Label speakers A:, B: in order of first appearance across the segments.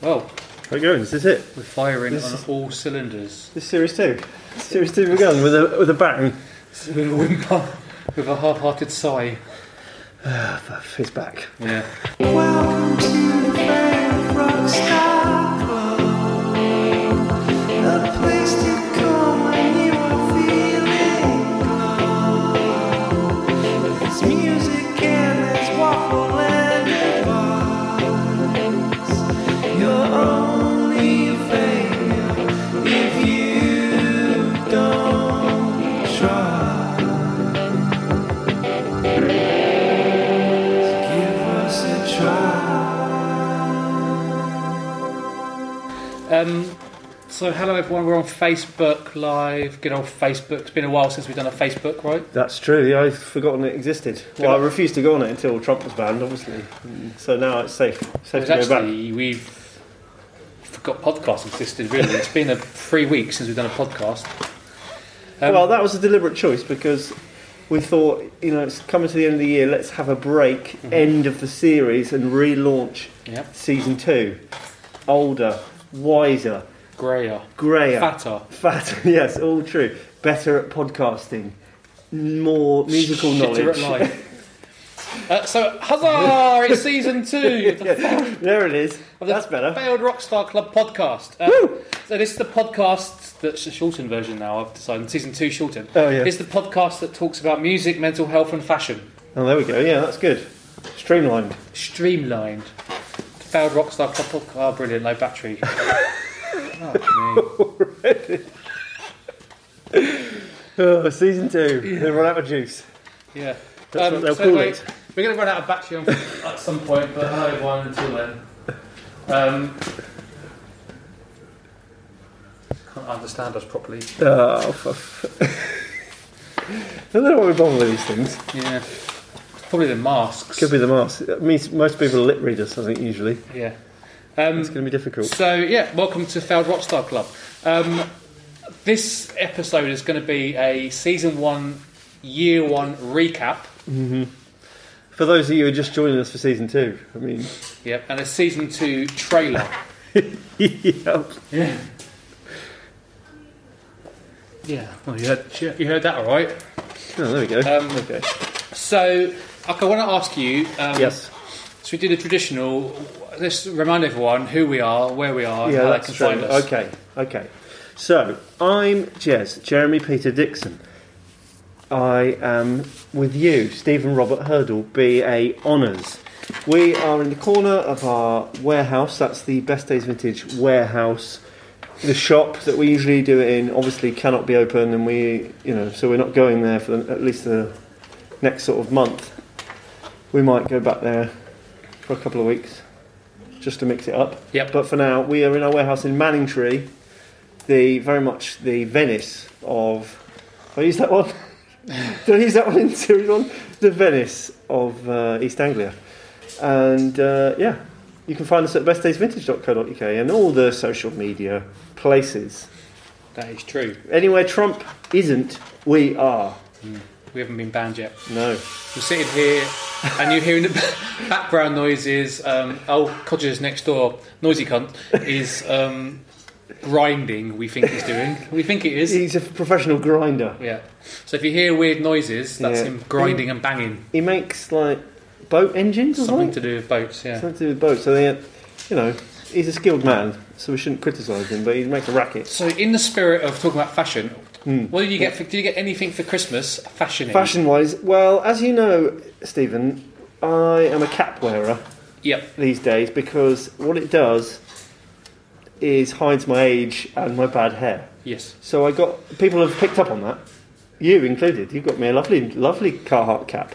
A: Well,
B: How it going? Is this it?
A: we're firing on
B: This
A: all cylinders
B: This is series two. Series two begun with a with a bang.
A: with a whimper, with a half-hearted sigh.
B: It's back.
A: Yeah.
C: Welcome to the Frank Rockstar Club, a place to come when you are feeling low. There's music and there's waffle and advice. You're only a failure if you don't try. Give us a try.
A: Um, so hello everyone, we're on Facebook Live. Good old Facebook. It's been a while since we've done a Facebook, right?
B: That's true. Yeah, I've forgotten it existed. Well, I refused to go on it until Trump was banned, obviously. Mm, So now it's safe. Safe
A: Because
B: to go back.
A: actually we've forgot podcast existed. Really, it's been a three weeks since we've done a podcast. Um,
B: well, that was a deliberate choice because we thought, you know, it's coming to the end of the year. Let's have a break,
A: Mm-hmm.
B: end of the series, and relaunch
A: yeah,
B: season two. Older, wiser,
A: grayer,
B: greyer,
A: fatter,
B: Fat, yes, all true. Better at podcasting, more musical
A: shitter at
B: knowledge.
A: life. Uh, so, huzzah! It's season two of the
B: there it is.
A: of the
B: That's better.
A: Failed Rockstar Club podcast. Uh, So this is the podcast that's a shortened version now. I've decided season two shortened.
B: Oh, yeah.
A: It's the podcast that talks about music, mental health, and fashion,
B: Oh, there we go. Yeah, that's good. Streamlined.
A: streamlined. Failed Rockstar Club podcast. Oh, brilliant! Low battery. Fuck me.
B: Oh, season two. They run out of juice.
A: Yeah. Um,
B: That's what they'll call
A: anyway,
B: it.
A: We're going to run out of battery on, at some point, but hello everyone until then. Um, can't understand us properly.
B: Oh, for f- I don't know why we bother with these things.
A: Yeah. Probably the masks.
B: Could be the mask. It means most people are lip readers, I think, usually.
A: Yeah.
B: It's
A: Um,
B: going to be difficult.
A: so yeah, welcome to Failed Rockstar Club. Um, this episode is going to be a season one, year one recap.
B: For those of you who are just joining us for season two, I mean,
A: Yep, and a season two trailer.
B: yeah. Oh,
A: yeah. Yeah. Well, you heard you heard that, all right?
B: Oh, there we go.
A: Um,
B: okay.
A: So, okay, I want to ask you. Um,
B: Yes.
A: So we did a traditional. Let's remind everyone who we are, where we are,
B: Yeah,
A: and how they
B: that's
A: can
B: true.
A: find us.
B: Okay, okay. So I'm Jez, Jeremy Peter Dixon. I am with you, Stephen Robert Hurdle, BA Honours. We are in the corner of our warehouse. That's the Best Days Vintage warehouse. The shop that we usually do it in obviously cannot be open, and we, you know, so we're not going there for the, at least the next sort of month. We might go back there for a couple of weeks just to mix it up.
A: Yep.
B: But for now, we are in our warehouse in Manningtree, the very much the Venice of. Did I use that one? Did I use that one in series one? The Venice of uh, East Anglia, and uh, yeah, you can find us at bestdaysvintage.co.uk and all the social media places.
A: That is true.
B: Anywhere Trump isn't, we are.
A: We haven't been banned yet.
B: No.
A: We're sitting here, and you're hearing the background noises. Um, old Codgers next door, noisy cunt, is um, grinding. We think he's doing. We think it is.
B: He's a professional grinder.
A: Yeah. So if you hear weird noises, that's
B: Yeah.
A: him grinding and banging.
B: He makes like boat engines or
A: Something
B: something.
A: to do with boats. Yeah.
B: Something to do with boats. So they, you know, he's a skilled man, so we shouldn't criticise him. But he makes a racket.
A: So in the spirit of talking about fashion, what did you get? For, did you get anything for Christmas? Fashion.
B: Fashion-wise, well, as you know, Stephen, I am a cap wearer
A: Yep.
B: these days because what it does is hides my age and my bad hair.
A: Yes.
B: So I got people have picked up on that, you included. You got me a lovely, lovely Carhartt cap.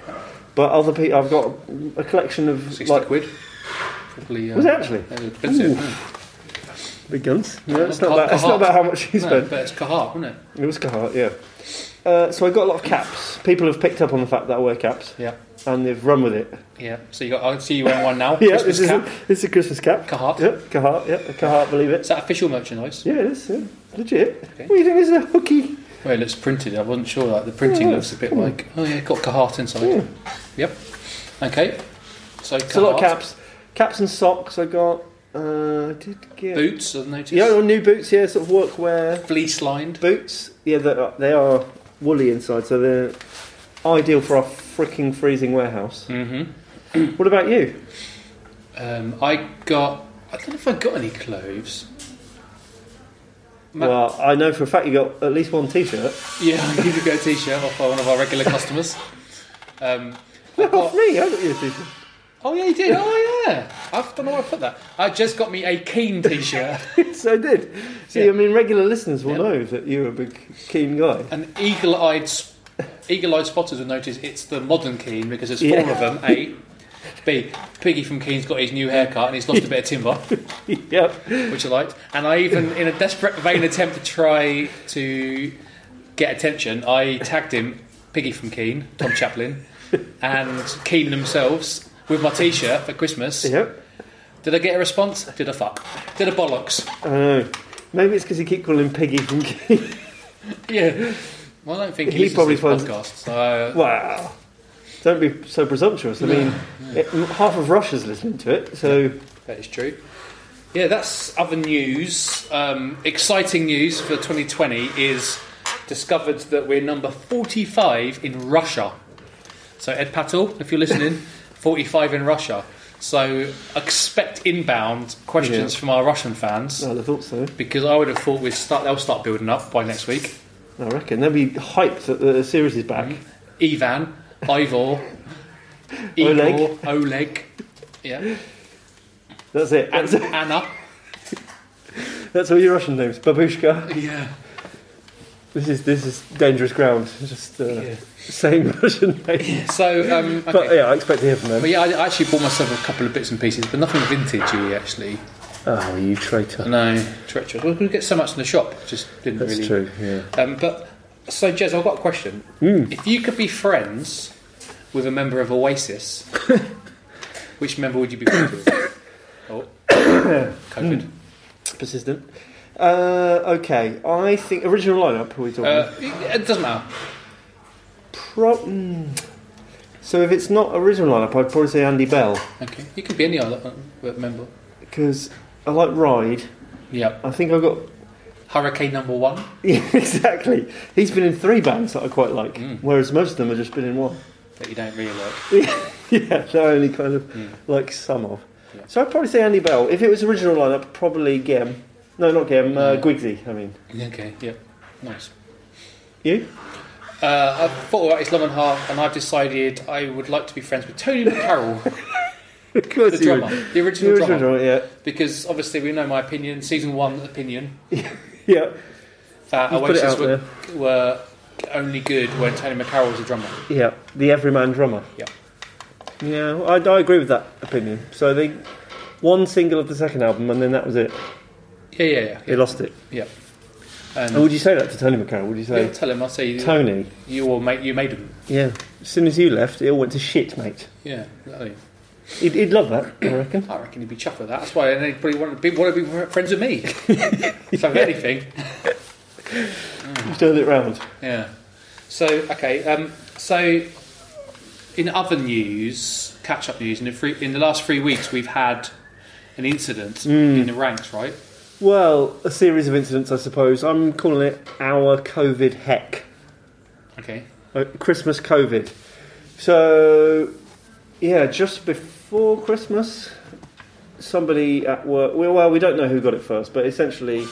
B: But other people, I've got a collection of
A: Sixty
B: like
A: quid. Probably. Uh,
B: Was it actually?
A: uh, expensive.
B: Ooh.
A: yeah.
B: big guns. No, it's not
A: Car-
B: about. It's not
A: Carhartt.
B: about how much you
A: No,
B: spent.
A: but it's Kahar, isn't it?
B: It was Carhartt, yeah. Uh, so I got a lot of caps. People have picked up on the fact that I wear caps,
A: Yeah.
B: and they've run with it.
A: Yeah. So you got. I see you wearing one now.
B: Yeah,
A: Christmas
B: this is
A: cap.
B: a, this is a Christmas cap.
A: Carhartt.
B: Yep, Carhartt. Yep, a Carhartt. Believe
A: Is
B: it.
A: that official merchandise?
B: Yeah, it is. Yeah. Legit.
A: Okay.
B: What do you think? This is a hooky.
A: Well, it looks printed. I wasn't sure. Like the printing
B: Yeah.
A: looks a bit like. Oh yeah, got Kahart inside.
B: Yeah.
A: Yep. Okay. So
B: It's a
A: Carhartt.
B: lot of caps. Caps and socks. I got Uh, I did get.
A: Boots, I've noticed.
B: Yeah, or new boots, yeah, sort of workwear
A: Fleece lined.
B: boots. Yeah, they are, they are woolly inside, so they're ideal for our freaking freezing warehouse.
A: Mm-hmm.
B: What about you?
A: Um, I got. I don't know if I got any clothes. Ma-
B: Well, I know for a fact you got at least one t shirt.
A: Yeah, I need to get a t-shirt off by one of our regular customers. Um, I
B: Off
A: got-
B: me, I got you a t shirt.
A: oh yeah, you did. Oh yeah. I don't know where I put that. I just got me a Keen t-shirt,
B: so I did. See,
A: Yeah.
B: I mean, regular listeners will
A: Yeah.
B: know that you're a big keen guy.
A: and eagle-eyed, s- eagle-eyed spotters will notice it's the modern Keen because there's four
B: Yeah.
A: of them. A, B. Piggy from Keen's got his new haircut and he's lost a bit of timber,
B: yep.
A: which I liked. And I even, in a desperate vain attempt to try to get attention, I tagged him Piggy from Keen, Tom Chaplin, and Keen themselves with my t-shirt for Christmas.
B: Yep.
A: Did I get a response? Did I fuck? Did I bollocks?
B: I know. Maybe it's because you keep calling Piggy from Keen.
A: Yeah. Well, I don't think he,
B: He
A: listens
B: probably
A: to
B: finds-
A: this podcast. So, uh,
B: wow. Don't be so presumptuous. I mean, it, half of Russia's listening to it, so
A: that is true. Yeah, that's other news. Um, exciting news for 2020 is discovered that we're number 45 in Russia. So Ed Patel, if you're listening, 45 in Russia. So expect inbound questions
B: Yeah.
A: from our Russian fans
B: I'd have thought so.
A: because I would have thought we'd start. They'll start building up by next week.
B: I reckon they'll be hyped that the series is back.
A: Mm-hmm. Ivan, Ivor, Igor,
B: Oleg.
A: Oleg. yeah,
B: That's it. That's,
A: Anna,
B: that's all your Russian names. Babushka.
A: yeah,
B: This is this is dangerous ground. Just uh,
A: Yeah.
B: saying Russian names.
A: So, um, okay.
B: But yeah, I expect to hear from
A: But
B: them.
A: yeah, I I actually bought myself a couple of bits and pieces, but nothing vintagey actually.
B: Oh, you traitor.
A: No, treacherous. We could get so much in the shop, just didn't
B: That's
A: really.
B: true. Yeah.
A: Um, but so, Jez, I've got a question. If you could be friends with a member of Oasis, which member would you be friends with? Oh, COVID.
B: persistent. Uh, okay, I think original lineup. Are we talking?
A: Uh, it it doesn't matter.
B: Pro- mm. So if it's not original lineup, I'd probably say Andy Bell
A: Okay, you could be any other uh, member.
B: because I like Ride.
A: Yeah,
B: I think I got
A: Hurricane number one.
B: yeah, exactly. He's been in three bands that I quite like,
A: Mm.
B: whereas most of them have just been in one.
A: that you don't really like.
B: yeah, that I only kind of
A: Mm.
B: like some of.
A: Yeah.
B: So I'd probably say Andy Bell. If it was original lineup, probably Gem. No, not Gem. Uh,
A: Mm.
B: Gwigsy. I mean,
A: Okay, yeah, nice.
B: you.
A: Uh, I've thought about this long and hard, and I've decided I would like to be friends with Tony McCarroll,
B: Of course
A: the
B: you would.
A: drummer, the
B: The
A: original
B: original,
A: drummer,
B: drummer, yeah,
A: because obviously we know my opinion, season one opinion,
B: yeah.
A: that
B: You've put
A: Oasis
B: it out
A: were, were only good when Tony McCarroll was a drummer.
B: Yeah, the everyman drummer.
A: Yeah.
B: Yeah, I, I agree with that opinion. So they one single of the second album, and then that was it.
A: Yeah, yeah, yeah.
B: They lost it.
A: And
B: And would you say that to Tony McCarroll? Would you
A: yeah,
B: say
A: tell him, I'll say you,
B: Tony?
A: you all made you made them.
B: Yeah. As soon as you left, it all went to shit, mate.
A: Yeah, exactly.
B: He'd, he'd love that, I reckon.
A: I reckon he'd be chuffed with that. That's why anybody wanted to be, wanted to be friends with me. so if anything,
B: You've turned it round.
A: Yeah. So okay. Um, so in other news, catch-up news, in the, three, in the last three weeks we've had an incident
B: Mm.
A: in the ranks, right?
B: Well, a series of incidents, I suppose. I'm calling it our COVID heck.
A: Okay.
B: Uh, Christmas COVID. So, yeah, just before Christmas, somebody at work. Well, well, we don't know who got it first, but essentially,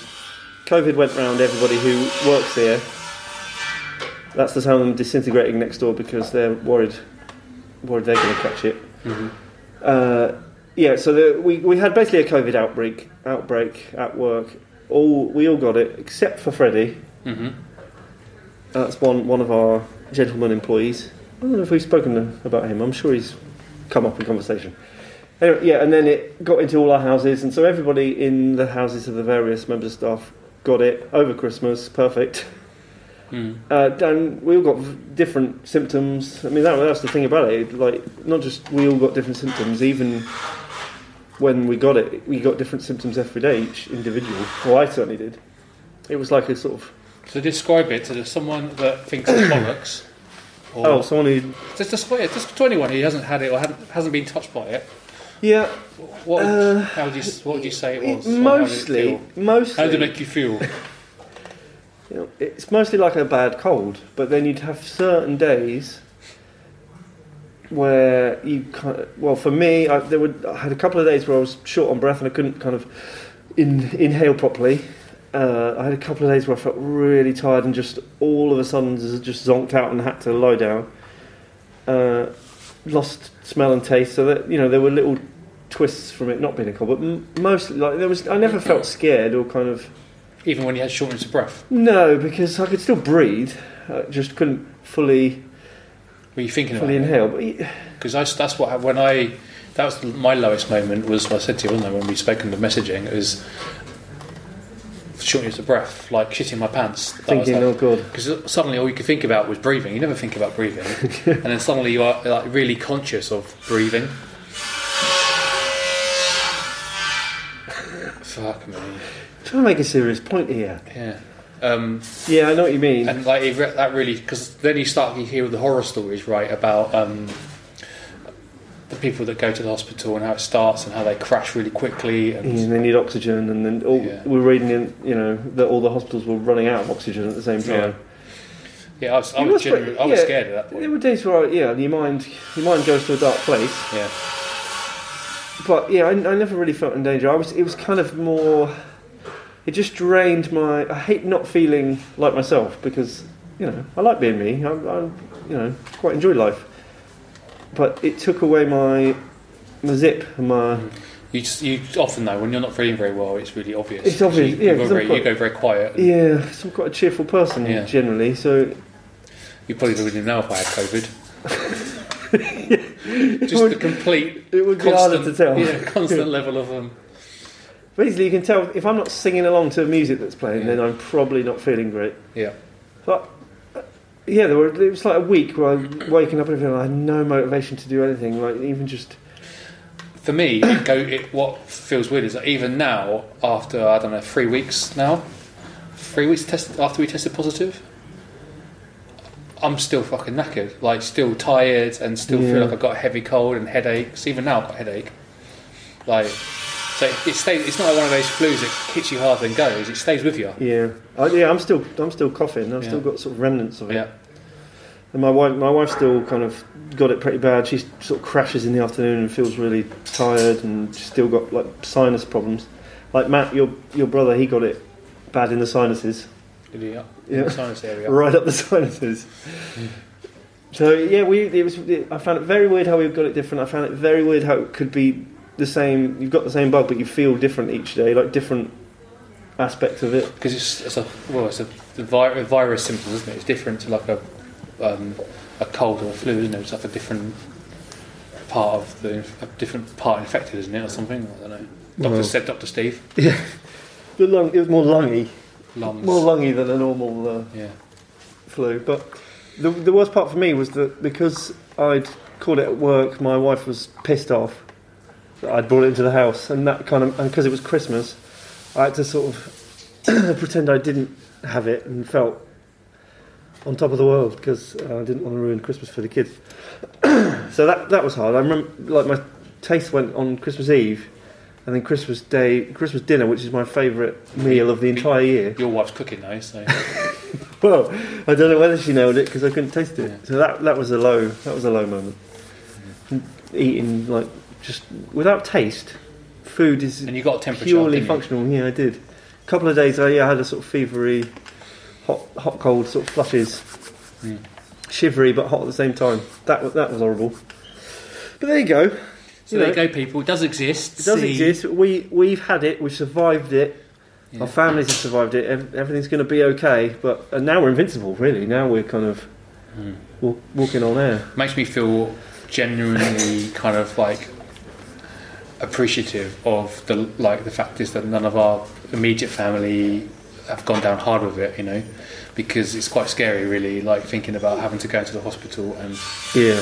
B: COVID went round everybody who works here. That's the sound of them disintegrating next door because they're worried, worried they're going to catch it. Uh, yeah, so the, we we had basically a COVID outbreak outbreak at work. All we all got it except for Freddie.
A: hmm
B: That's one one of our gentleman employees. I don't know if we've spoken to- about him. I'm sure he's come up in conversation. Anyway, yeah, and then it got into all our houses, and so everybody in the houses of the various members of staff got it over Christmas. Perfect.
A: Mm.
B: Uh, and we all got v- different symptoms. I mean, that, that's the thing about it. Like, not just we all got different symptoms. Even when we got it, we got different symptoms every day, each individual. Well, I certainly did. It was like a sort of
A: So describe it to the- someone that thinks it's bollocks. Or
B: oh, someone who
A: Just, just, yeah, just to anyone who hasn't had it or hasn't, hasn't been touched by it.
B: Yeah,
A: What,
B: Uh,
A: how would you what would you say it was?
B: it-
A: or
B: mostly,
A: How did it, feel? how did it
B: mostly.
A: make you feel?
B: you know, it's mostly like a bad cold, but then you'd have certain days where you kind of, well, for me, I, there were, I had a couple of days where I was short on breath and I couldn't kind of in, inhale properly. Uh, I had a couple of days where I felt really tired and just all of a sudden z- just zonked out and had to lie down. Uh, lost smell and taste, so that you know there were little twists from it not being a cold, but m- mostly like there was. I never felt scared or kind of
A: Even when you had shortness of breath,
B: no, because I could still breathe. I just couldn't fully
A: were you thinking about
B: fully
A: it?
B: inhale. But y-
A: Because I, that's what hap- when I that was my lowest moment was what I said to you, wasn't I? When we spoke in the messaging, it was shortness of breath, like shitting my pants.
B: thinking, oh god,
A: Because suddenly all you could think about was breathing. You never think about breathing, and then suddenly you are like really conscious of breathing. Fuck me.
B: trying to make a serious point here.
A: Yeah. Um,
B: Yeah, I know what you mean.
A: and like it re- that really because then you start to hear the horror stories right about um, the people that go to the hospital and how it starts and how they crash really quickly and
B: and they need oxygen, and then all,
A: Yeah.
B: we're reading, in, you know, that all the hospitals were running out of oxygen at the same time.
A: yeah I was, I
B: You
A: was,
B: must
A: genuinely,
B: be-
A: I was
B: yeah.
A: scared at that
B: There
A: point
B: were days where, I, yeah, your mind your mind goes to a dark place.
A: yeah
B: But yeah, I, I never really felt in danger. I was, it was kind of more. It just drained my. I hate not feeling like myself because you know I like being me. I, I you know quite enjoy life, but it took away my my zip and my.
A: you just you often though when you're not feeling very well it's really obvious
B: It's obvious,
A: you,
B: yeah,
A: you, go,
B: 'cause I'm
A: very, you
B: quite-
A: go very quiet and
B: Yeah, so I'm quite a cheerful person
A: Yeah.
B: generally. So
A: you probably wouldn't know if I had COVID just the
B: would-
A: complete
B: it would be harder
A: constant,
B: to tell.
A: yeah constant level of um,
B: Basically, you can tell if I'm not singing along to the music that's playing,
A: Yeah.
B: then I'm probably not feeling great.
A: yeah
B: But uh, yeah, there were. It was like a week where I waking up and everything. I had no motivation to do anything. Like even just
A: for me, it go, it, what feels weird is that even now, after I don't know, three weeks now, three weeks test, after we tested positive, I'm still fucking knackered, like still tired, and still feel
B: Yeah.
A: like I've got a heavy cold and headaches. Even now, I've got a headache. Like, so it, it stays. It's not like one of those flus that hits you hard and goes. It stays with you.
B: yeah, I, yeah. I'm still I'm still coughing. I've still
A: Yeah.
B: got sort of remnants of it.
A: Yeah,
B: And my wife my wife still kind of got it pretty bad. She sort of crashes in the afternoon and feels really tired and she's still got like sinus problems. Like Matt, your your brother, he got it bad in the sinuses,
A: yeah.
B: Yeah.
A: Sinus area.
B: right up the sinuses. So yeah, we it was. It, I found it very weird how we've got it different. I found it very weird how it could be the same. You've got the same bug, but you feel different each day, like different aspects of it.
A: because it's, it's a well, it's a, the vi- a virus symptom, isn't it? It's different to like a um, a cold or a flu, isn't it? It's like a different part of the a different part infected, isn't it, or something? I don't know. Doctor
B: Well-
A: said, Doctor Steve,
B: The lung, it was more lungy,
A: lungs.
B: more lungy than a normal uh,
A: yeah,
B: flu. But the, the worst part for me was that because I'd caught it at work, my wife was pissed off that I'd brought it into the house, and that kind of and because it was Christmas, I had to sort of pretend I didn't have it and felt on top of the world because uh, I didn't want to ruin Christmas for the kids. so that that was hard. I remember like my taste went on Christmas Eve. And then Christmas Day, Christmas dinner, which is my favourite meal of the entire year.
A: your wife's cooking though, so
B: Well, I don't know whether she nailed it because I couldn't taste it.
A: Yeah.
B: So that that was a low that was a low moment. Eating like just without taste, food is
A: and you got a temperature.
B: purely
A: didn't you?
B: functional. Yeah, I did. A couple of days I, yeah, I had a sort of fevery, hot hot cold sort of flushes,
A: Mm.
B: shivery but hot at the same time. That was that was horrible. But there you go.
A: So there you go, people. It does exist.
B: It does
A: See?
B: exist. We we've had it. We've survived it.
A: Yeah.
B: Our families have survived it. ev- Everything's going to be okay. But and now we're invincible, really. Now we're kind of
A: Mm.
B: wa- walking on air.
A: makes me feel genuinely kind of like appreciative of the like the fact is that none of our immediate family have gone down hard with it, you know, because it's quite scary, really, like thinking about having to go to the hospital and
B: Yeah,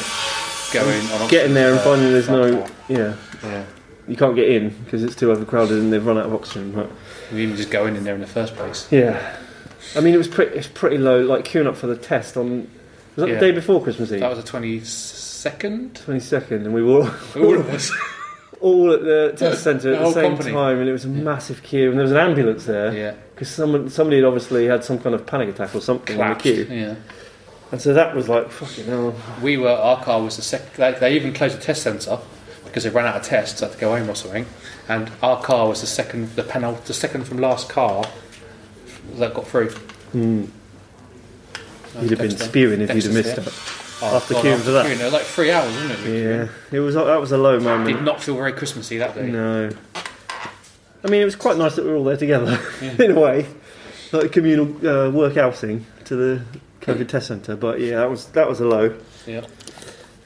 A: going on
B: getting there and
A: oxygen, uh,
B: finding there's no.
A: transport.
B: Yeah,
A: yeah,
B: you can't get in because it's too overcrowded and they've run out of oxygen. But
A: we even just going in there in the first place.
B: yeah, I mean it was pretty. It's pretty low. Like queuing up for the test on was that
A: Yeah.
B: the day before Christmas
A: That
B: Eve,
A: was the twenty second.
B: twenty second, and we were
A: All of us.
B: all at the test centre at
A: The
B: the
A: whole
B: same
A: company.
B: time, and it was a massive queue, and there was an ambulance there
A: Yeah.
B: because someone somebody had obviously had some kind of panic attack or something
A: Collapsed.
B: in the queue,
A: Yeah.
B: and so that was like fucking hell.
A: We were, our car was the second, they, they even closed the test centre because they ran out of tests, had to go home or something. And our car was the second, the panel, the second from last car that got through. Uh,
B: You'd have been
A: Dexter.
B: spewing if you'd
A: Dexter's
B: have missed
A: here.
B: it.
A: Oh,
B: after queuing for that.
A: queuing, it was like three hours, wasn't it? we
B: Yeah, it was that was a low
A: queued? Did
B: moment.
A: not feel very Christmassy that day.
B: No, I mean it was quite nice that we were all there together in a way, like a communal uh, work outing to the COVID test centre. But yeah, that was that was a low.
A: Yeah.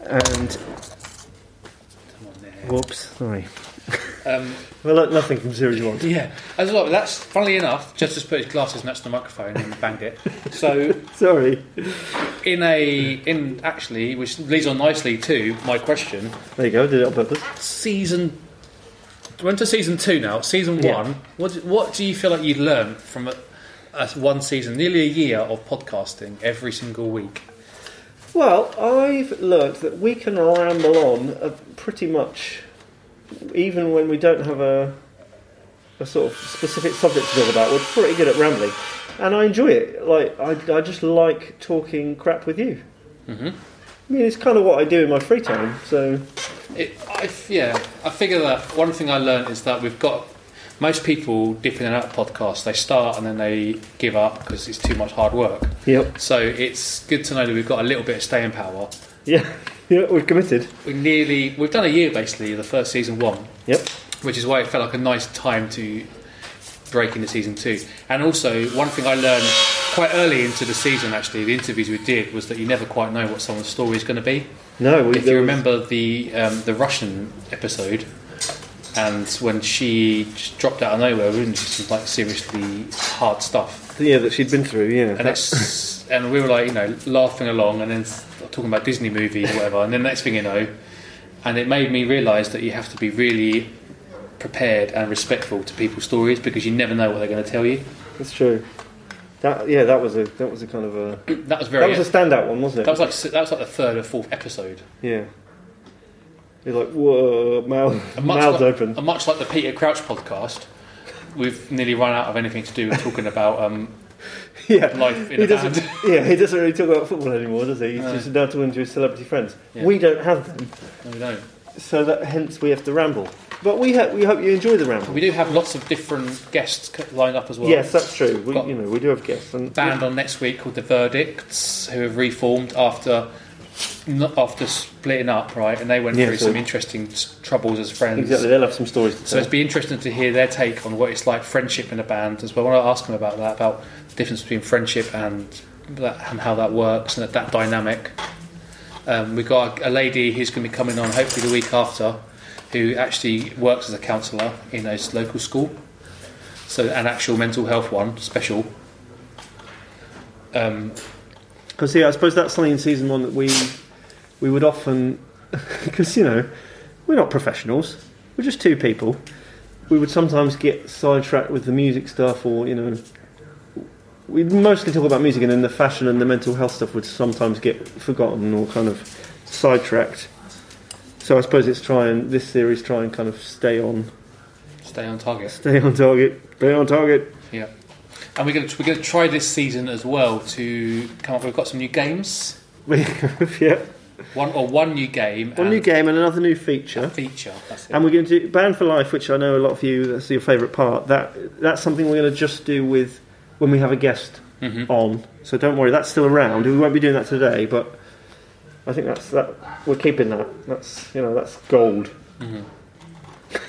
B: And
A: Come on there.
B: whoops, sorry.
A: Um,
B: Well, look, nothing from series one.
A: yeah, as well, that's funnily enough, just just put his glasses next to the microphone and banged it. So,
B: Sorry.
A: in a, in actually, which leads on nicely to my question,
B: There you go. Did it on purpose.
A: season. We're into season two now. Season
B: Yeah.
A: one. What do- what do you feel like you learned from a, a one season, nearly a year of podcasting every single week?
B: Well, I've learnt that we can ramble on uh, pretty much, even when we don't have a a sort of specific subject to talk about. We're pretty good at rambling, and I enjoy it. Like I, I just like talking crap with you.
A: Mhm.
B: I mean, it's kind of what I do in my free time. So
A: It, I, yeah, I figure that one thing I learned is that we've got most people dip in and out of podcasts. They start and then they give up because it's too much hard work.
B: yep,
A: So it's good to know that we've got a little bit of staying power.
B: yeah, yeah, we're committed.
A: We nearly we've done a year basically. The first season one,
B: Yep,
A: which is why it felt like a nice time to break into season two. And also, one thing I learned quite early into the season, actually, the interviews we did, was that you never quite know what someone's story is going to be.
B: no, we
A: If you
B: there was-
A: remember the um, the Russian episode, and when she just dropped out of nowhere, wasn't she? Some like seriously hard stuff,
B: yeah, that she'd been through, yeah,
A: and it's and we were like you know laughing along, and then s- talking about Disney movies or whatever, and then next thing you know, and it made me realise that you have to be really prepared and respectful to people's stories because you never know what they're going to tell you.
B: that's true. That yeah, that was a that was a kind of a
A: That was
B: that
A: very.
B: was a standout one, wasn't it?
A: that was like s- that was like the third or fourth episode.
B: Yeah. You're like, whoa, mouth,
A: And much
B: mouth's
A: like,
B: open.
A: and much like the Peter Crouch podcast, we've nearly run out of anything to do with talking about um,
B: Yeah.
A: life in
B: He
A: a
B: doesn't,
A: band.
B: yeah, he doesn't really talk about football anymore, does he? He's
A: No.
B: just now talking to his celebrity friends.
A: Yeah.
B: We don't have them,
A: No, we don't.
B: so that hence we have to ramble. But we, ha- we hope you enjoy the ramble.
A: We do have lots of different guests c- lined up as well.
B: yes, that's true. We,
A: Got-
B: you know, we do have guests. And
A: Band on next week called The Verdicts, who have reformed after not after splitting up, right? And they went
B: Yeah,
A: through
B: so-
A: some interesting s- troubles as friends.
B: Exactly, they'll have some stories
A: So
B: to tell.
A: it's be interesting to hear their take on what it's like friendship in a band as well. I want to ask them about that, about the difference between friendship and that, and how that works and that, that dynamic. Um, we've got a lady who's going to be coming on hopefully the week after, who actually works as a counsellor in a local school, so an actual mental health one special. Um,
B: Because yeah, I suppose that's something in season one that we we would often because you know we're not professionals, we're just two people. We would sometimes get sidetracked with the music stuff, or you know, we'd mostly talk about music, and then the fashion and the mental health stuff would sometimes get forgotten or kind of sidetracked. So I suppose it's trying this series try and kind of stay on,
A: stay on target.
B: stay on target, stay on target.
A: Yeah. And we're going to we're going to try this season as well to come up. We've got some new games.
B: yeah,
A: One or one new game.
B: one new
A: and-
B: game and another new feature.
A: A feature. That's it.
B: And we're going to do Band for Life, which I know a lot of you, that's your favourite part. That That's something we're going to just do with when we have a guest
A: Mhm.
B: on. So don't worry, that's still around. We won't be doing that today, but I think that's that. We're keeping that. That's, you know, that's gold.
A: Mhm.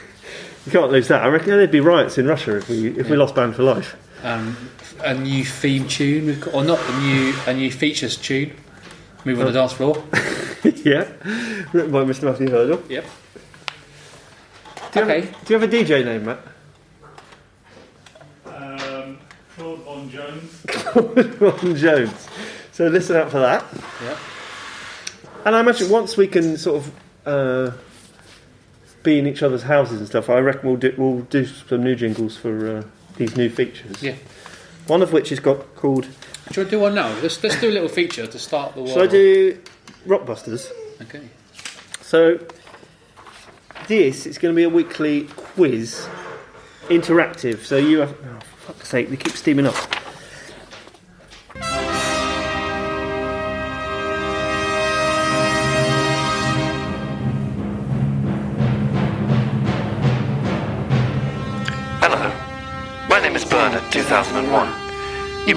B: You can't lose that. I reckon there'd be riots in Russia if we, if we
A: Yeah.
B: lost Band for Life.
A: Um, a new theme tune, we've got, or not a new a new features tune. Move
B: Oh.
A: on the dance floor.
B: yeah. Written by Mr. Matthew Hurdle.
A: Yep.
B: Do you have-
A: Okay.
B: do you have a DJ name, Matt?
D: Um, Claude Bon Jones.
B: Ron Jones. So listen out for that.
A: Yep.
B: And I imagine once we can sort of uh, be in each other's houses and stuff, I reckon we'll do, we'll do some new jingles for uh, these new features.
A: Yeah.
B: One of which is got called.
A: Do you want to do one now? Let's let's do a little feature to start the.
B: Shall I
A: world.
B: do Rockbusters?
A: Okay.
B: So this, it's going to be a weekly quiz, interactive. So you have. Oh, for fuck's sake, they keep steaming up.
E: Hello, my name is Bernard 2001. You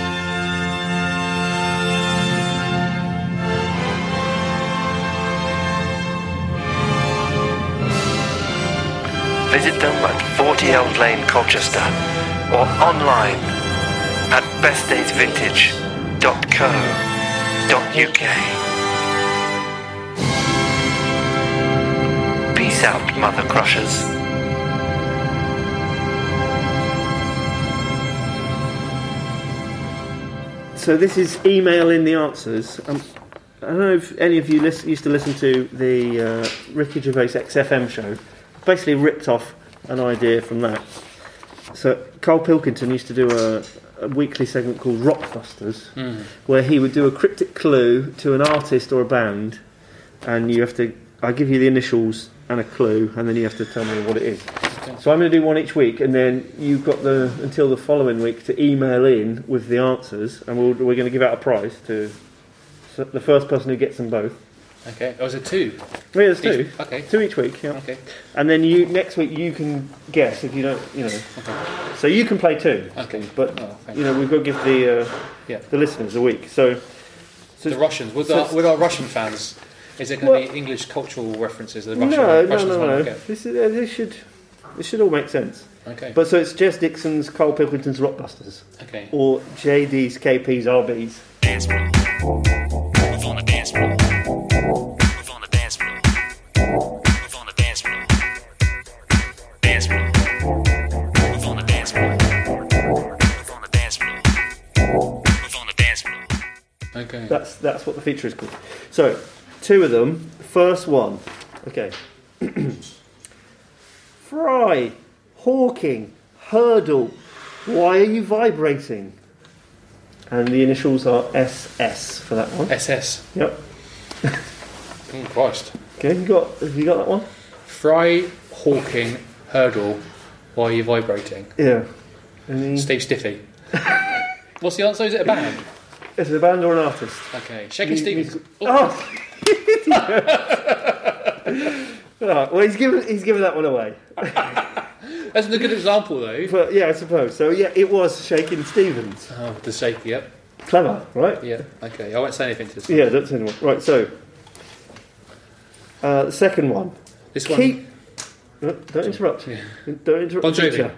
E: Visit them at 40 Eld Lane, Colchester, or online at bestdaysvintage.co.uk. Peace out, Mother Crushers.
B: So this is email in the answers. Um, I don't know if any of you lis- used to listen to the uh, Ricky Gervais XFM show. Basically ripped off an idea from that. So Carl Pilkington used to do a, a weekly segment called Rockbusters, where he would do a cryptic clue to an artist or a band, and you have to. I give you the initials and a clue, and then you have to tell me what it is. So I'm going to do one each week, and then you've got the until the following week to email in with the answers, and we'll, we're going to give out a prize to so the first person who gets them both.
A: Okay. Oh, is it two?
B: Yeah, there's two,
A: Okay.
B: two each week. Yeah,
A: Okay.
B: and then you next week you can guess if you don't, you know. So you can play two,
A: Okay.
B: but
A: Oh, thank
B: you know we've got to give the uh,
A: Yeah.
B: the listeners a week. So
A: The Russians. With, our, with our Russian fans, is it going to
B: Well-
A: be English cultural references that the Russian,
B: no, no, no,
A: Russians
B: no,
A: might not
B: no.
A: get?
B: This is, uh, this should this should all make sense.
A: Okay.
B: But so it's Jess Dixon's, Carl Pilkington's Rockbusters,
A: okay.
B: or JD's, KP's, RB's.
F: dance floor. Move on the dance floor. Move on the dance floor. Move on the dance floor. Dance floor. Move on the dance floor. Move on the dance floor. Move on the dance floor.
A: Okay.
B: That's that's what the feature is called. So, two of them. First one, okay. Fry, Hawking, Hurdle. Why are you vibrating? And the initials are SS for that one.
A: SS.
B: Yep.
A: Mm, Christ.
B: Okay, you got have you got that one?
A: Fry, Hawking, Hurdle. Why are you vibrating?
B: Yeah. Any,
A: Steve Stiffy. What's the answer? Is it a band?
B: is it a band or an artist?
A: Okay.
B: Mm,
A: Shaking Stevens. Oh,
B: Oh. Right, well, he's given he's given that one away. Oh.
A: that's a good example, though.
B: But yeah, I suppose. So yeah, it was Shaking Stevens.
A: Oh, the shake, yep.
B: Clever, right?
A: Yeah, okay. I won't say anything to this one.
B: Yeah, that's anyone. Right, so uh, the second one.
A: This one.
B: Keep. No, don't interrupt. Don't interrupt.
A: Bon
B: the
A: Jovi.
B: teacher.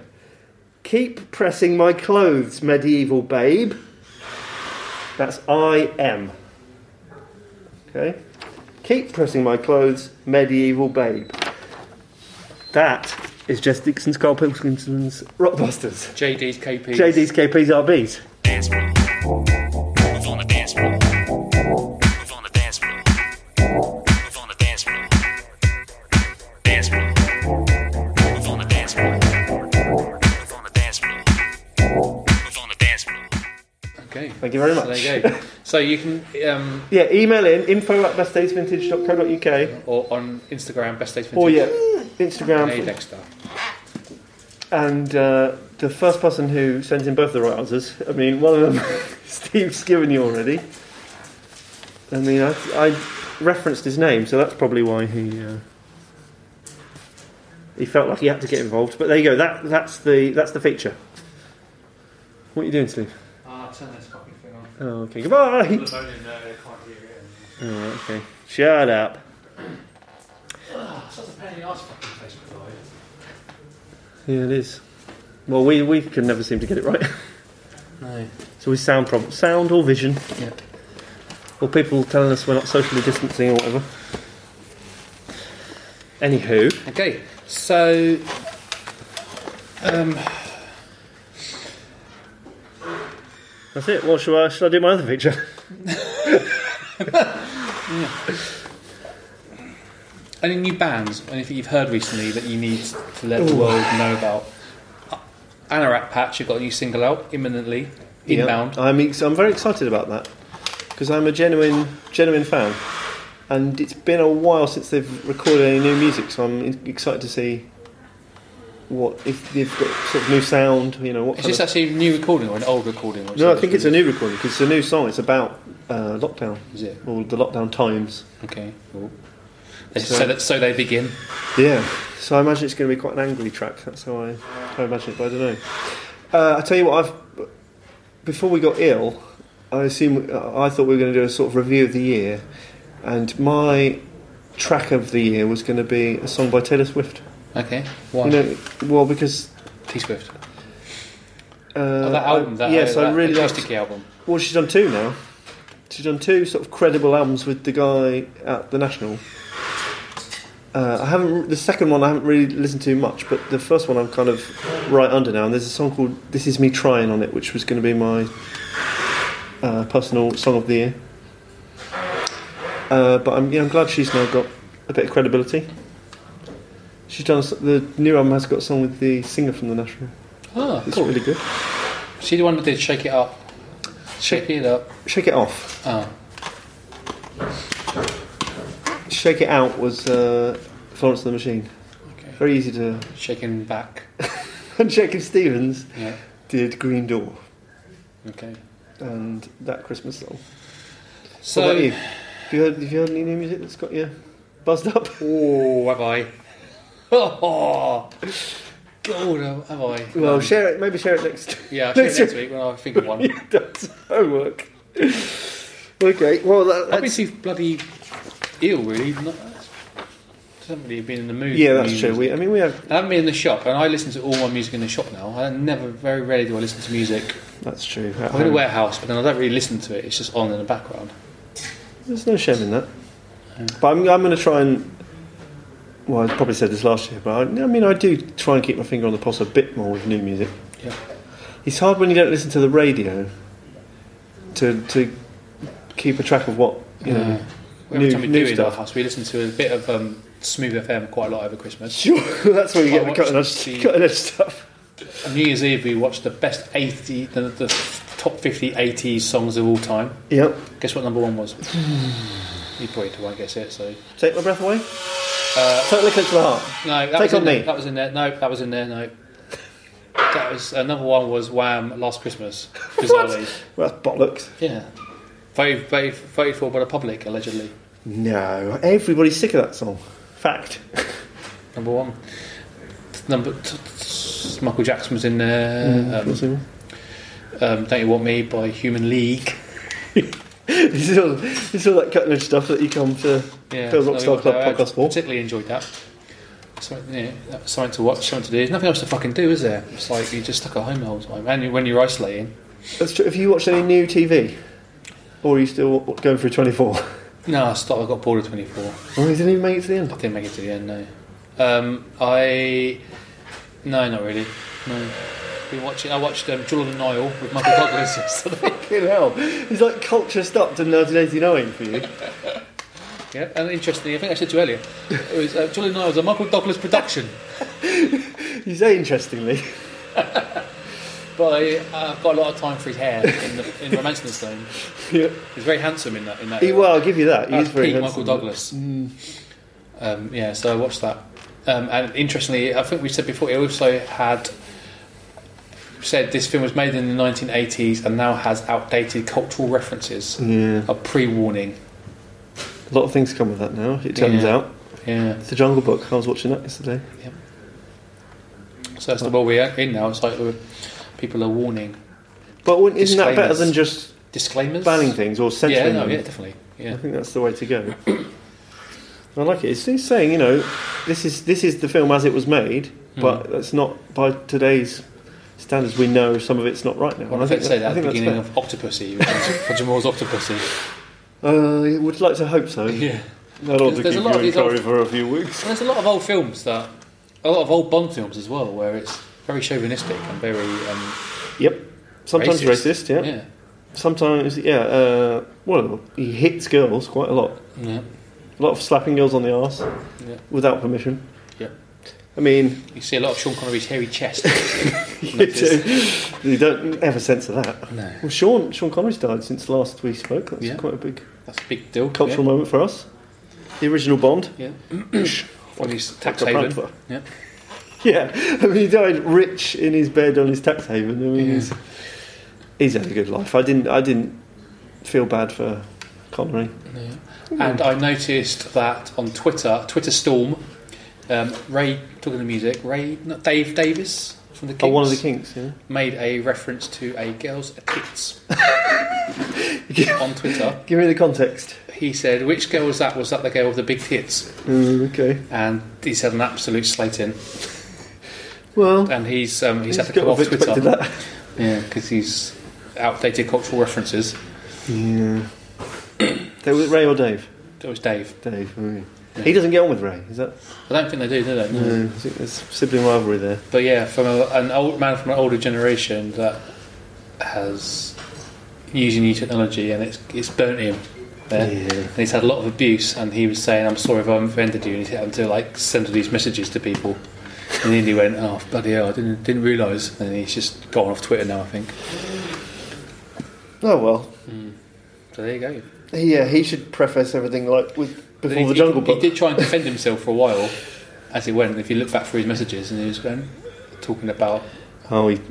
B: Keep pressing my clothes, medieval babe. That's I M. Okay. Keep pressing my clothes, medieval babe. That is Jess Dixon's Carl Pilkington's Rockbusters.
A: JD's KP.
B: JD's KP's RBs.
F: Dance floor. Move on the dance floor. Move on the dance floor. Move on the dance floor. Dance floor. Move on the dance floor. Move on the dance floor. Move on the dance floor.
A: Okay.
B: Thank you very
A: So
B: much.
A: there you go. so you can, um,
B: Yeah, email in info at bestdaysvintage.co.uk.
A: or on Instagram, Best Days Vintage.
B: Or Oh, yeah,
A: Hey,
B: Instagram.
A: Dexter.
B: And uh, the first person who sends in both the right answers, I mean, one of them, Steve's given you already. I mean, I, I referenced his name, so that's probably why he uh, he felt like he had to get involved. But there you go. That that's the that's the feature. What are you doing, Steve?
A: Ah, turn this fucking thing on.
B: Oh, okay. Goodbye. Oh, okay. Shut up.
A: Such a pain in Ah, the ass fucking Facebook Live.
B: Yeah, it is. Well, we we can never seem to get it right.
A: No.
B: So we sound problem, sound or vision.
A: Yeah.
B: Or people telling us we're not socially distancing or whatever. Anywho,
A: Okay, so. Um,
B: That's it. Well, should I, should I do my other feature?
A: Any new bands, anything you've heard recently that you need to let the world know about? Anorak Patch, you've got a new single out imminently, inbound.
B: Yeah, I'm, ex- I'm very excited about that because I'm a genuine, genuine fan, and it's been a while since they've recorded any new music, so I'm in- excited to see what if they've got sort of new sound. You know, what
A: Is
B: kind
A: this
B: of-
A: actually a new recording or an old recording?
B: no, I think it's a new recording because it's a new song. It's about uh, lockdown,
A: Is it?
B: all the lockdown times.
A: Okay, cool. They-
B: So-
A: so, that, so they begin.
B: Yeah, so I imagine it's going to be quite an angry track. That's how I, how I imagine it, but I don't know. Uh, I tell you what, I've before we got ill, I assume uh, I thought we were going to do a sort of review of the year, and my track of the year was going to be a song by Taylor Swift.
A: Okay, why?
B: You know, well because
A: T Swift.
B: uh,
A: Oh, that album,
B: I-
A: that,
B: yes,
A: uh,
B: I
A: that
B: really liked.
A: acoustic album.
B: Well, she's done two now. She's done two sort of credible albums with the guy at the National. Uh, I haven't the second one I haven't really listened to much, but the first one I'm kind of right under now. And there's a song called "This Is Me Trying" on it, which was going to be my uh, personal song of the year. Uh, but I'm, yeah, I'm glad she's now got a bit of credibility. She's done a s- the new album has got a song with the singer from the National.
A: Oh,
B: It's
A: cool.
B: really good.
A: She the one that did Shake It Up. Shake It Up.
B: Shake it off.
A: Oh,
B: Shake It Out was uh, Florence and the Machine.
A: okay.
B: Very easy to.
A: Shaking Back.
B: And Jacob Stevens
A: Yeah,
B: did Green Door
A: okay.
B: and that Christmas song. So,
A: So,
B: what about you? Have you heard, have you heard any new music that's got you buzzed up?
A: Oh, have I? Oh, God, have have I?
B: Well,
A: Um,
B: share it. Maybe share it next.
A: yeah, I'll share it next week when I think of one.
B: You've done some homework. okay. Well, that,
A: I've
B: that's,
A: been too bloody ill, really. Not, haven't really been in the mood.
B: yeah,
A: for
B: that's
A: new
B: true.
A: music.
B: We, I mean, we have.
A: I haven't been in the shop, and I listen to all my music in the shop now. I never, very rarely do I listen to music.
B: That's true.
A: I'm in a warehouse, but then I don't really listen to it. It's just on in the background.
B: There's no shame in that. But I'm, I'm going to try and. Well, I probably said this last year, but I, I mean, I do try and keep my finger on the pulse a bit more with new music.
A: Yeah.
B: It's hard when you don't listen to the radio to to keep a track of what you know.
A: Every
B: New-
A: time we
B: new
A: do it in our
B: stuff.
A: house, we listen to a bit of um, Smooth FM quite a lot over Christmas.
B: Sure, that's where you
A: I
B: get the
A: watched
B: cutting edge,
A: the-
B: cutting edge stuff.
A: On New Year's Eve, we watched the best 80, the, the top 50 80s songs of all time.
B: Yep.
A: Guess what number one was? you probably won't guess it, so.
B: Take my breath away. Uh, Totally Eclipse of the heart.
A: No, that
B: Take
A: was
B: on
A: in there.
B: me.
A: That was in there. No, that was in there. No. That was uh, number one was Wham! Last Christmas. Bizarrely.
B: Well, that's bollocks.
A: yeah. Voted, voted, voted for by the public, allegedly.
B: No, everybody's sick of that song. Fact.
A: Number one. Number. T- t- Michael Jackson was in
B: Mm,
A: there. Um, um, Don't You Want Me by Human League.
B: it's, all, it's all that cutting edge stuff that you come to
A: Yeah,
B: Phil
A: so
B: Rockstar
A: I- I
B: Club podcast for.
A: Particularly enjoyed that. Something, yeah, that was something to watch, something to do. There's nothing else to fucking do, is there? It's like you're just stuck at home the whole time. And you- when you're isolating,
B: That's true. Have you watched any new TV? Or are you still going through 24?
A: no, I stopped. I got bored of 24.
B: Oh, you didn't even make it to the end.
A: I didn't make it to the end. No, um, I no, not really. No, been watching. I watched um, Jordan Nile with Michael Douglas yesterday.
B: Fucking hell. It's like culture stopped in 1989 for you.
A: Yeah, and interestingly, I think I said to you earlier, it was uh, Jordan Nile was a Michael Douglas production.
B: You say interestingly.
A: But I, uh, I've got a lot of time for his hair in, the, in *Romancing the Stone*.
B: Yeah.
A: He's very handsome in that. In that
B: He,
A: era.
B: well, I'll give you that. He's
A: That's
B: very
A: Uh, Pete
B: handsome. Mm.
A: Michael Douglas. Um, yeah, so I watched that. Um, and interestingly, I think we said before, it also had said this film was made in the 1980s and now has outdated cultural references.
B: Yeah.
A: A pre warning.
B: A lot of things come with that now, it turns
A: Yeah.
B: out.
A: Yeah.
B: It's The Jungle Book, I was watching that yesterday.
A: So that's the world we're in now. It's like uh, people are warning.
B: But wouldn't- isn't that better
A: Disclaimers.
B: than just
A: Disclaimers?
B: banning things or censoring
A: Yeah, no,
B: them?
A: yeah, definitely.
B: I
A: Yeah.
B: think that's the way to go. I like it. It's, it's saying, you know, this is this is the film as it was made,
A: Hmm.
B: but that's not by today's standards. We know some of it's not right now.
A: Well,
B: and
A: I think say
B: that-
A: that at the
B: that's
A: beginning of Octopussy, which is Roger Moore's Octopussy.
B: fair. Uh, would like to hope so.
A: Yeah.
B: That ought to
A: There's
B: keep
A: a lot of
B: you in
A: these old-
B: curry for a few weeks.
A: Well, there's a lot of old films that, a lot of old Bond films as well, where it's very chauvinistic and very um,
B: Yep. Sometimes racist, yeah.
A: yeah.
B: sometimes, yeah, uh, well, he hits girls quite a lot.
A: Yeah.
B: A lot of slapping girls on the arse
A: Yeah.
B: without permission.
A: Yeah.
B: I mean,
A: You see a lot of Sean Connery's hairy chest.
B: you, do, you don't ever censor that.
A: No.
B: Well, Sean Sean Connery's died since last we spoke. That's
A: Yeah.
B: quite a big
A: That's a big deal.
B: cultural moment for us. The original Bond.
A: Yeah. yeah. On his tax
B: Dr.
A: haven.
B: Bradford.
A: Yeah.
B: Yeah, I mean, he died rich in his bed on his tax haven. I mean,
A: Yeah.
B: he's, he's had a good life. I didn't, I didn't feel bad for Connery.
A: And I noticed that on Twitter, Twitter Storm, um, Ray talking to music, Ray, not Dave Davis from the Kings,
B: Oh, one of the Kinks. Yeah,
A: made a reference to a girl's tits on Twitter.
B: give me the context.
A: He said, "Which girl was that? Was that the girl with the big tits?"
B: Mm, okay.
A: And he's had an absolute slate in,
B: Well,
A: and he's um, he's, had to
B: got
A: come
B: a
A: off
B: bit
A: Twitter,
B: expected that.
A: yeah, because he's outdated cultural references.
B: Yeah. There was Ray or Dave.
A: That was Dave.
B: Dave. mm. He doesn't get on with Ray. Is that?
A: I don't think they do, do they? No.
B: No, I think there's sibling rivalry there.
A: But yeah, from a, an old man from an older generation that has using new technology and it's it's burnt him. There.
B: Yeah.
A: And he's had a lot of abuse, and he was saying, "I'm sorry if I offended you." And he's had to like send all these messages to people. And then he went, "Oh bloody hell, I didn't didn't realise." And he's just gone off Twitter now, I think.
B: Oh well.
A: So there you go.
B: Yeah, he should preface everything like with
A: But
B: before
A: he,
B: the
A: he-
B: Jungle
A: he,
B: Book.
A: did try and defend himself for a while as he went. If you look back through his messages, and he was going talking about
B: Oh, he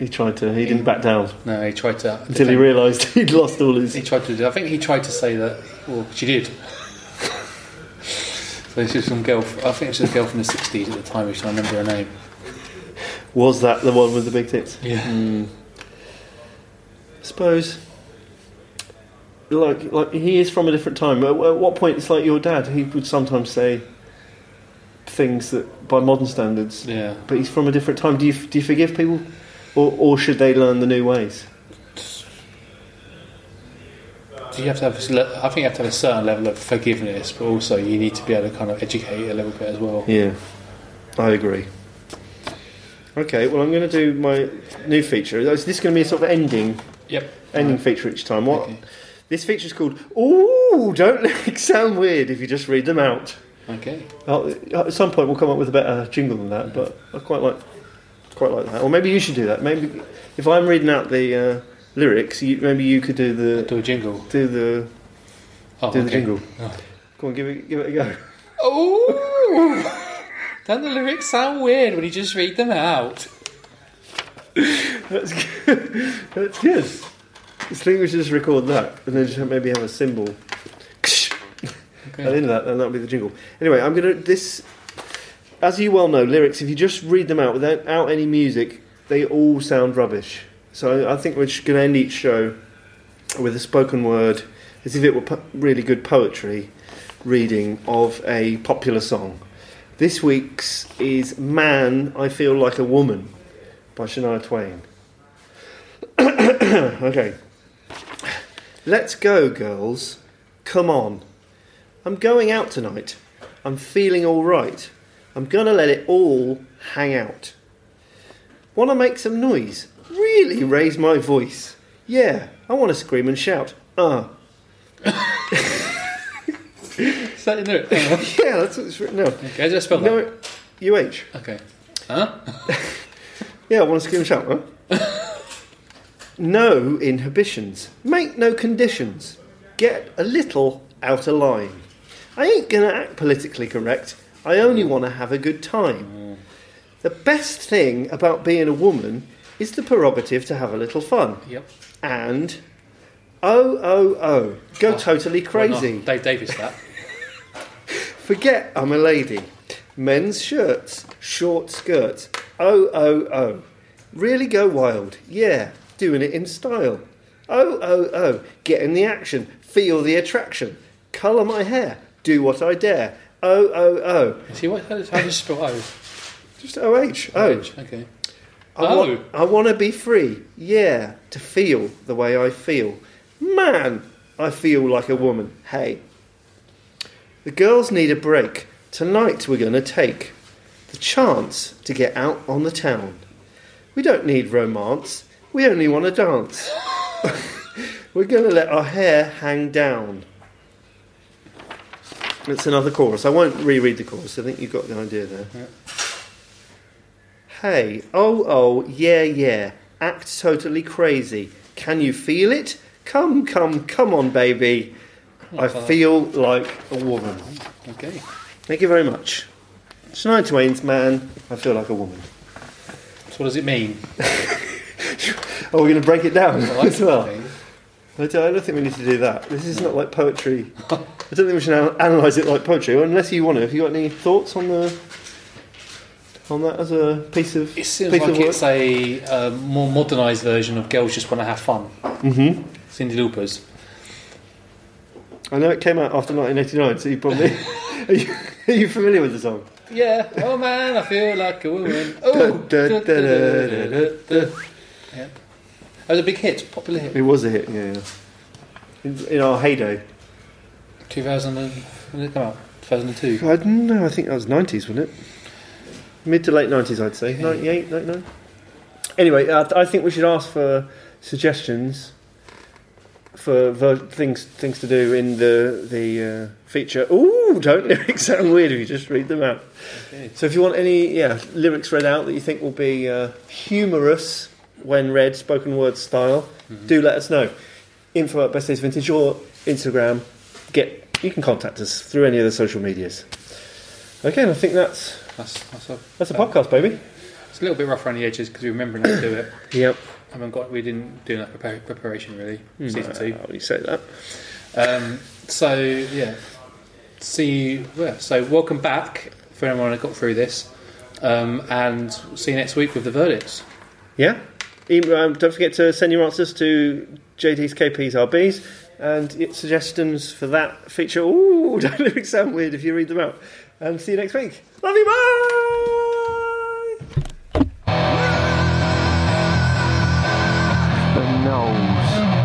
B: he tried to. He didn't back down
A: no, he tried to
B: until he
A: defend-
B: realised he'd lost all his.
A: He tried to. do- I think he tried to say that. Well, she did. so this is some girl. I think it was a girl from the '60s at the time. Which I remember her name.
B: Was that the one with the big tits?
A: Yeah.
B: suppose. Like, like he is from a different time. At, at what point it's like your dad? He would sometimes say things that, by modern standards,
A: Yeah.
B: but he's from a different time. Do you do you forgive people, or or should they learn the new ways?
A: Do you have to have? a s- le- I think you have to have a certain level of forgiveness, but also you need to be able to kind of educate a little bit as well.
B: Yeah, I agree. Okay, well, I'm going to do my new feature. Is this going to be a sort of ending
A: Yep.
B: ending feature each time? What
A: Okay.
B: this feature is called? Ooh, don't like, sound weird if you just read them out.
A: Okay.
B: Well, at some point we'll come up with a better jingle than that, but I quite like quite like that. Or maybe you should do that. Maybe if I'm reading out the uh, lyrics, you, maybe you could do the
A: Do a jingle.
B: do the
A: Oh,
B: do the
A: okay.
B: jingle.
A: Oh.
B: Come on, give it give it a go.
A: Oh. Don't the lyrics sound weird when you just read them out?
B: That's good. That's good. I think we should just record that and then just maybe have a symbol
A: Okay.
B: at the end of that, and that'll be the jingle. Anyway, I'm gonna this. As you well know, lyrics if you just read them out without out any music, they all sound rubbish. So I, I think we're just gonna end each show with a spoken word, as if it were po- really good poetry reading of a popular song. This week's is "Man, I Feel Like a Woman" by Shania Twain. okay. Let's go, girls. Come on. I'm going out tonight. I'm feeling all right. I'm gonna let it all hang out. Wanna make some noise? Really raise my voice. Yeah, I wanna scream and shout. Uh,
A: Is that in the lyric?
B: yeah, that's what it's written out.
A: okay, just spell that.
B: No, UH.
A: Okay. Huh?
B: Yeah, I want to scream and shout, huh? no inhibitions. Make no conditions. Get a little out of line. I ain't going to act politically correct. I only want to have a good
A: Mm.
B: time. The best thing about being a woman is the prerogative to have a little fun.
A: Yep.
B: And, oh, oh, oh, go
A: Oh,
B: totally crazy.
A: Well, not Dave Davis. That.
B: Forget I'm a lady. Men's shirts, short skirts. Oh, oh, oh. Really go wild. Yeah, doing it in style. Oh, oh, oh. Get in the action. Feel the attraction. Colour my hair. Do what I dare. Oh, oh, oh.
A: See what? How does how does you spell O?
B: Just OH. Oh.
A: Okay.
B: I, want, I want to be free. Yeah, to feel the way I feel. Man, I feel like a woman. Hey. The girls need a break. Tonight we're going to take the chance to get out on the town. We don't need romance. We only want to dance. We're going to let our hair hang down. It's another chorus. I won't reread the chorus. I think you've got the idea there. Hey, oh, oh, yeah, yeah. Act totally crazy. Can you feel it? Come, come, come on, baby. I feel like a woman.
A: Okay.
B: Thank you very much. Shania Twain's Man, I Feel Like a Woman.
A: So what does it mean?
B: Oh, we're going to break it down as well.
A: Okay.
B: I don't, I don't think we need to do that. This is not like poetry. I don't think we should an- analyse it like poetry, unless you want to. Have you got any thoughts on the on that as a piece of
A: It seems
B: piece
A: like
B: of work?
A: it's a uh, more modernised version of Girls Just Want to Have Fun.
B: Mhm.
A: Cindy Loopers.
B: I know it came out after 1989, so you probably are, you, are you familiar with the song?
A: Yeah. Oh man, I feel like a woman. Oh.
B: Da, da, da, da, da, da,
A: Yeah. That was a big hit, popular hit.
B: It was a hit, yeah. yeah. In, in our heyday,
A: 2000 and, when did it come out? 2002.
B: I don't know. I think that was 90s, wasn't it? Mid to late 90s, I'd say. 98, 99. Anyway, uh, I think we should ask for suggestions for ver- things things to do in the the uh, feature. Ooh, don't lyrics sound weird if you just read them out.
A: Okay.
B: So if you want any yeah lyrics read out that you think will be uh, humorous when read, spoken word style, do let us know. Info at Best Days Vintage or Instagram. Get you can contact us through any of the social medias. Okay, and I think that's
A: That's, that's, a,
B: that's a podcast, baby.
A: it's a little bit rough around the edges because we remember not to do it.
B: Yep.
A: I haven't got, we didn't do enough prepar- preparation really, for season two.
B: How do you say that?
A: Um, so yeah, see you. Yeah, so welcome back for anyone that got through this, um, and see you next week with the verdicts.
B: Yeah. Email, um, don't forget to send your answers to JD's KP's RBs and y- suggestions for that feature. Ooh, don't let it sound weird if you read them out. And see you next week. Love you. Bye.
G: the nose.